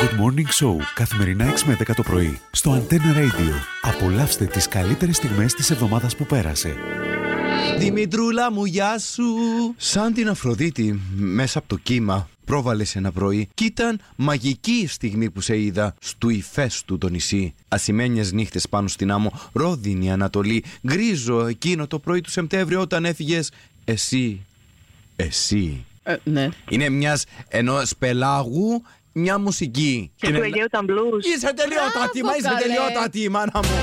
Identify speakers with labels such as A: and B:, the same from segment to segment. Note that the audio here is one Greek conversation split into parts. A: Good Morning Show καθημερινά 6 με 10 το πρωί στο Antenna Radio. Απολαύστε τις καλύτερες στιγμές της εβδομάδας που πέρασε.
B: Δημητρούλα μου, γεια σου.
C: Σαν την Αφροδίτη μέσα από το κύμα πρόβαλες ένα πρωί και ήταν μαγική η στιγμή που σε είδα στου ηφαίστου το νησί. Ασημένιες νύχτες πάνω στην άμμο, ρόδινη Ανατολή, γκρίζο εκείνο το πρωί του Σεπτέμβρη όταν έφυγες εσύ, εσύ.
D: Ε, ναι.
C: Είναι μιας ενός πελάγου μια μουσική.
E: Και του Αιγαίου ήταν blues.
C: Είσαι τελειότατη, μα
D: Μπράβο,
C: είσαι
D: καλέ.
C: τελειότατη, μάνα μου.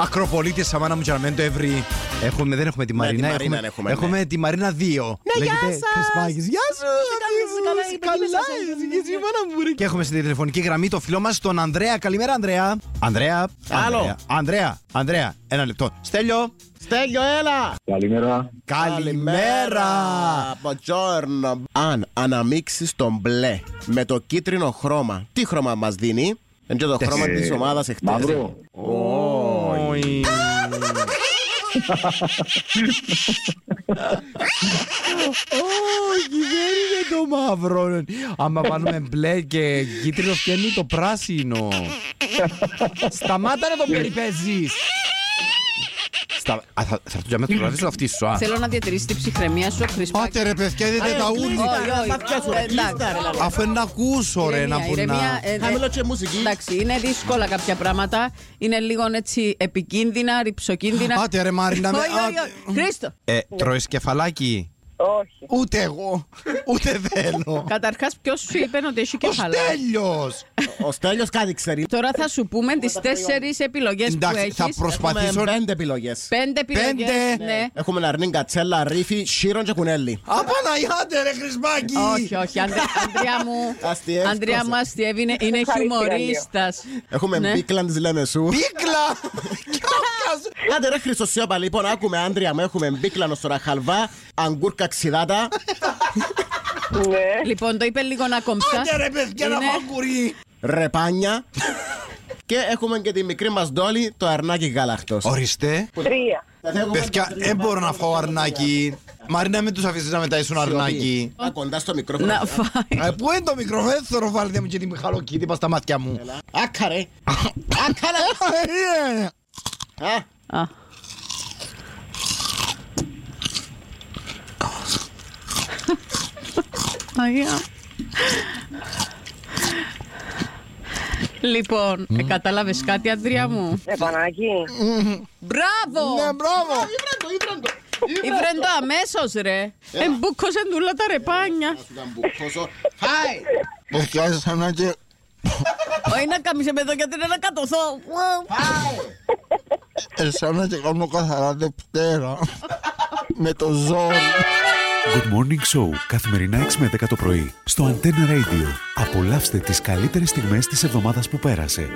C: Ακροπολίτη, αμάνα μου, Τζαρμέντο Εύρη. Έχουμε, δεν έχουμε τη
B: Ναι, τη
C: Μαρίνα.
B: Μαρίνα
C: έχουμε,
B: έχουμε,
C: έχουμε τη Μαρίνα 2. Ναι,
D: γεια σας. Ε,
C: Γεια σου,
D: καλά,
C: Αντίγους,
D: είναι
C: καλά,
D: παιδί σας,
C: είσαι,
D: είναι,
C: εσύ,
D: ναι.
C: μάνα μου, ρε. Και έχουμε στην τηλεφωνική γραμμή το φίλο μας τον Ανδρέα. Καλημέρα, Ανδρέα. Ανδρέα.
B: Άλλο.
C: Ανδρέα, Ανδρέα, Ανδρέα. Ένα λεπτό. Στέλιο.
B: Στέλιο, έλα.
F: Καλημέρα.
C: Καλημέρα.
B: Buongiorno. Αν αναμίξεις τον μπλε με το κίτρινο χρώμα, τι χρώμα μας δίνει. Είναι και το χρώμα
F: Ε,
B: της ομάδας εχθές.
F: Μαύρο.
C: Όχι. Όχι, δεν είναι το μαύρο. Άμα βάλουμε μπλε και κίτρινο φτιάχνει το πράσινο. Σταμάτα να το περιπέζεις. Στα... Α, θα, θα έρθω για μένα το βράδυ, θα αυτή σου. α.
D: Θέλω να διατηρήσει την ψυχραιμία σου, Χρυσπάκη.
C: Πάτε ρε παιδιά, δείτε
B: Ε,
C: τα ούλη.
D: Ε, Όχι, όχι.
B: Θα πιάσω, ρε,
D: Ε, εντάξει.
B: κλείστα, ρε, λαλό.
C: Αφού είναι να ακούσω ρε να
D: Ηρεμία, ηρεμία,
C: πουνά.
D: ε, ε,
B: Χαμηλό και μουσική.
D: Εντάξει, είναι δύσκολα κάποια πράγματα. Είναι λίγο έτσι επικίνδυνα, ρηψοκίνδυνα.
C: Πάτε ρε Μαρίνα. με-
D: Όχι, όχι, όχι. Χρήστο,
C: Ε, τρώεις κεφαλάκι.
E: Όχι.
C: Ούτε εγώ, ούτε θέλω.
D: καταρχάς, ποιος σου είπε ότι έχει
C: Ο
D: κεφαλά.
C: Στέλιος!
B: Ο Στέλιος κάτι ξέρει.
D: Τώρα θα σου πούμε τις τέσσερις επιλογές που
C: Εντάξει, θα
D: έχεις.
C: προσπαθήσω.
B: Έχουμε πέντε επιλογές.
D: Πέντε επιλογές,
C: Πέντε.
D: Ναι.
B: Έχουμε Ναρνίν, Κατσέλα, Ρίφη, Σύρον και Κουνέλη.
C: Απαναγιάτε ρε Χρυσμάκη!
D: Όχι, όχι. Ανδρέ- Ανδρέα μου,
B: Αστιεύτηκα.
D: Ανδρέα μου, αστιεύει, είναι, είναι
E: Ευχαριστώ,
D: χιουμορίστας.
B: Έχουμε
D: Ναι.
B: Μπίκλαν της Λέμεσου.
C: Πίκλα! Κιόκας!
B: Άντε ρε Χρυσοσιόπα λοιπόν, άκουμε άντρια μου, έχουμε μπίκλανο στο ραχαλβά, αγκούρκα ξυδάτα.
E: Ναι.
D: Λοιπόν, το είπε λίγο να κομψά.
C: Άντε ρε παιδιά να
D: Είναι-
C: μαγκουρί!
B: ρεπάνια. και έχουμε και τη μικρή μας ντόλη, το αρνάκι γάλακτος.
C: Ορίστε,
E: Τρία.
C: παιδιά, δεν μπορώ να φάω αρνάκι. Μαρίνα, μην τους αφήσεις να μεταίσουν αρνάκι.
B: Α, κοντά στο μικρόφωνο.
D: Να φάει.
C: Ε, Πού είναι το μικρόφωνο, βάλτε μου και τη Μιχαλοκίτη, είπα στα μάτια μου.
B: Άκαρε. Άκαρε.
C: Ε,
B: Α,
D: Α, Αγία. Λοιπόν, ε, κατάλαβες κάτι, Ανδρέα μου.
E: Ρε Παναγί.
C: Ναι,
D: Μπράβο!
C: μπράβο!
D: Ήβρεν το αμέσως, ρε. Εμπούκωσεν τούλα τα ρεπάνια.
B: σου τα μπουκώσω. Χάι.
C: Παιδιά, σαν να και...
D: Όχι να κάμισε με εδώ γιατί είναι να κατωθώ.
C: ε, Σαν να και κάνω καθαρά δευτέρα. Με το ζόρι.
A: Good Morning Show καθημερινά 6 με 10 το πρωί στο Antenna Radio. Απολαύστε τις καλύτερες στιγμές της εβδομάδας που πέρασε.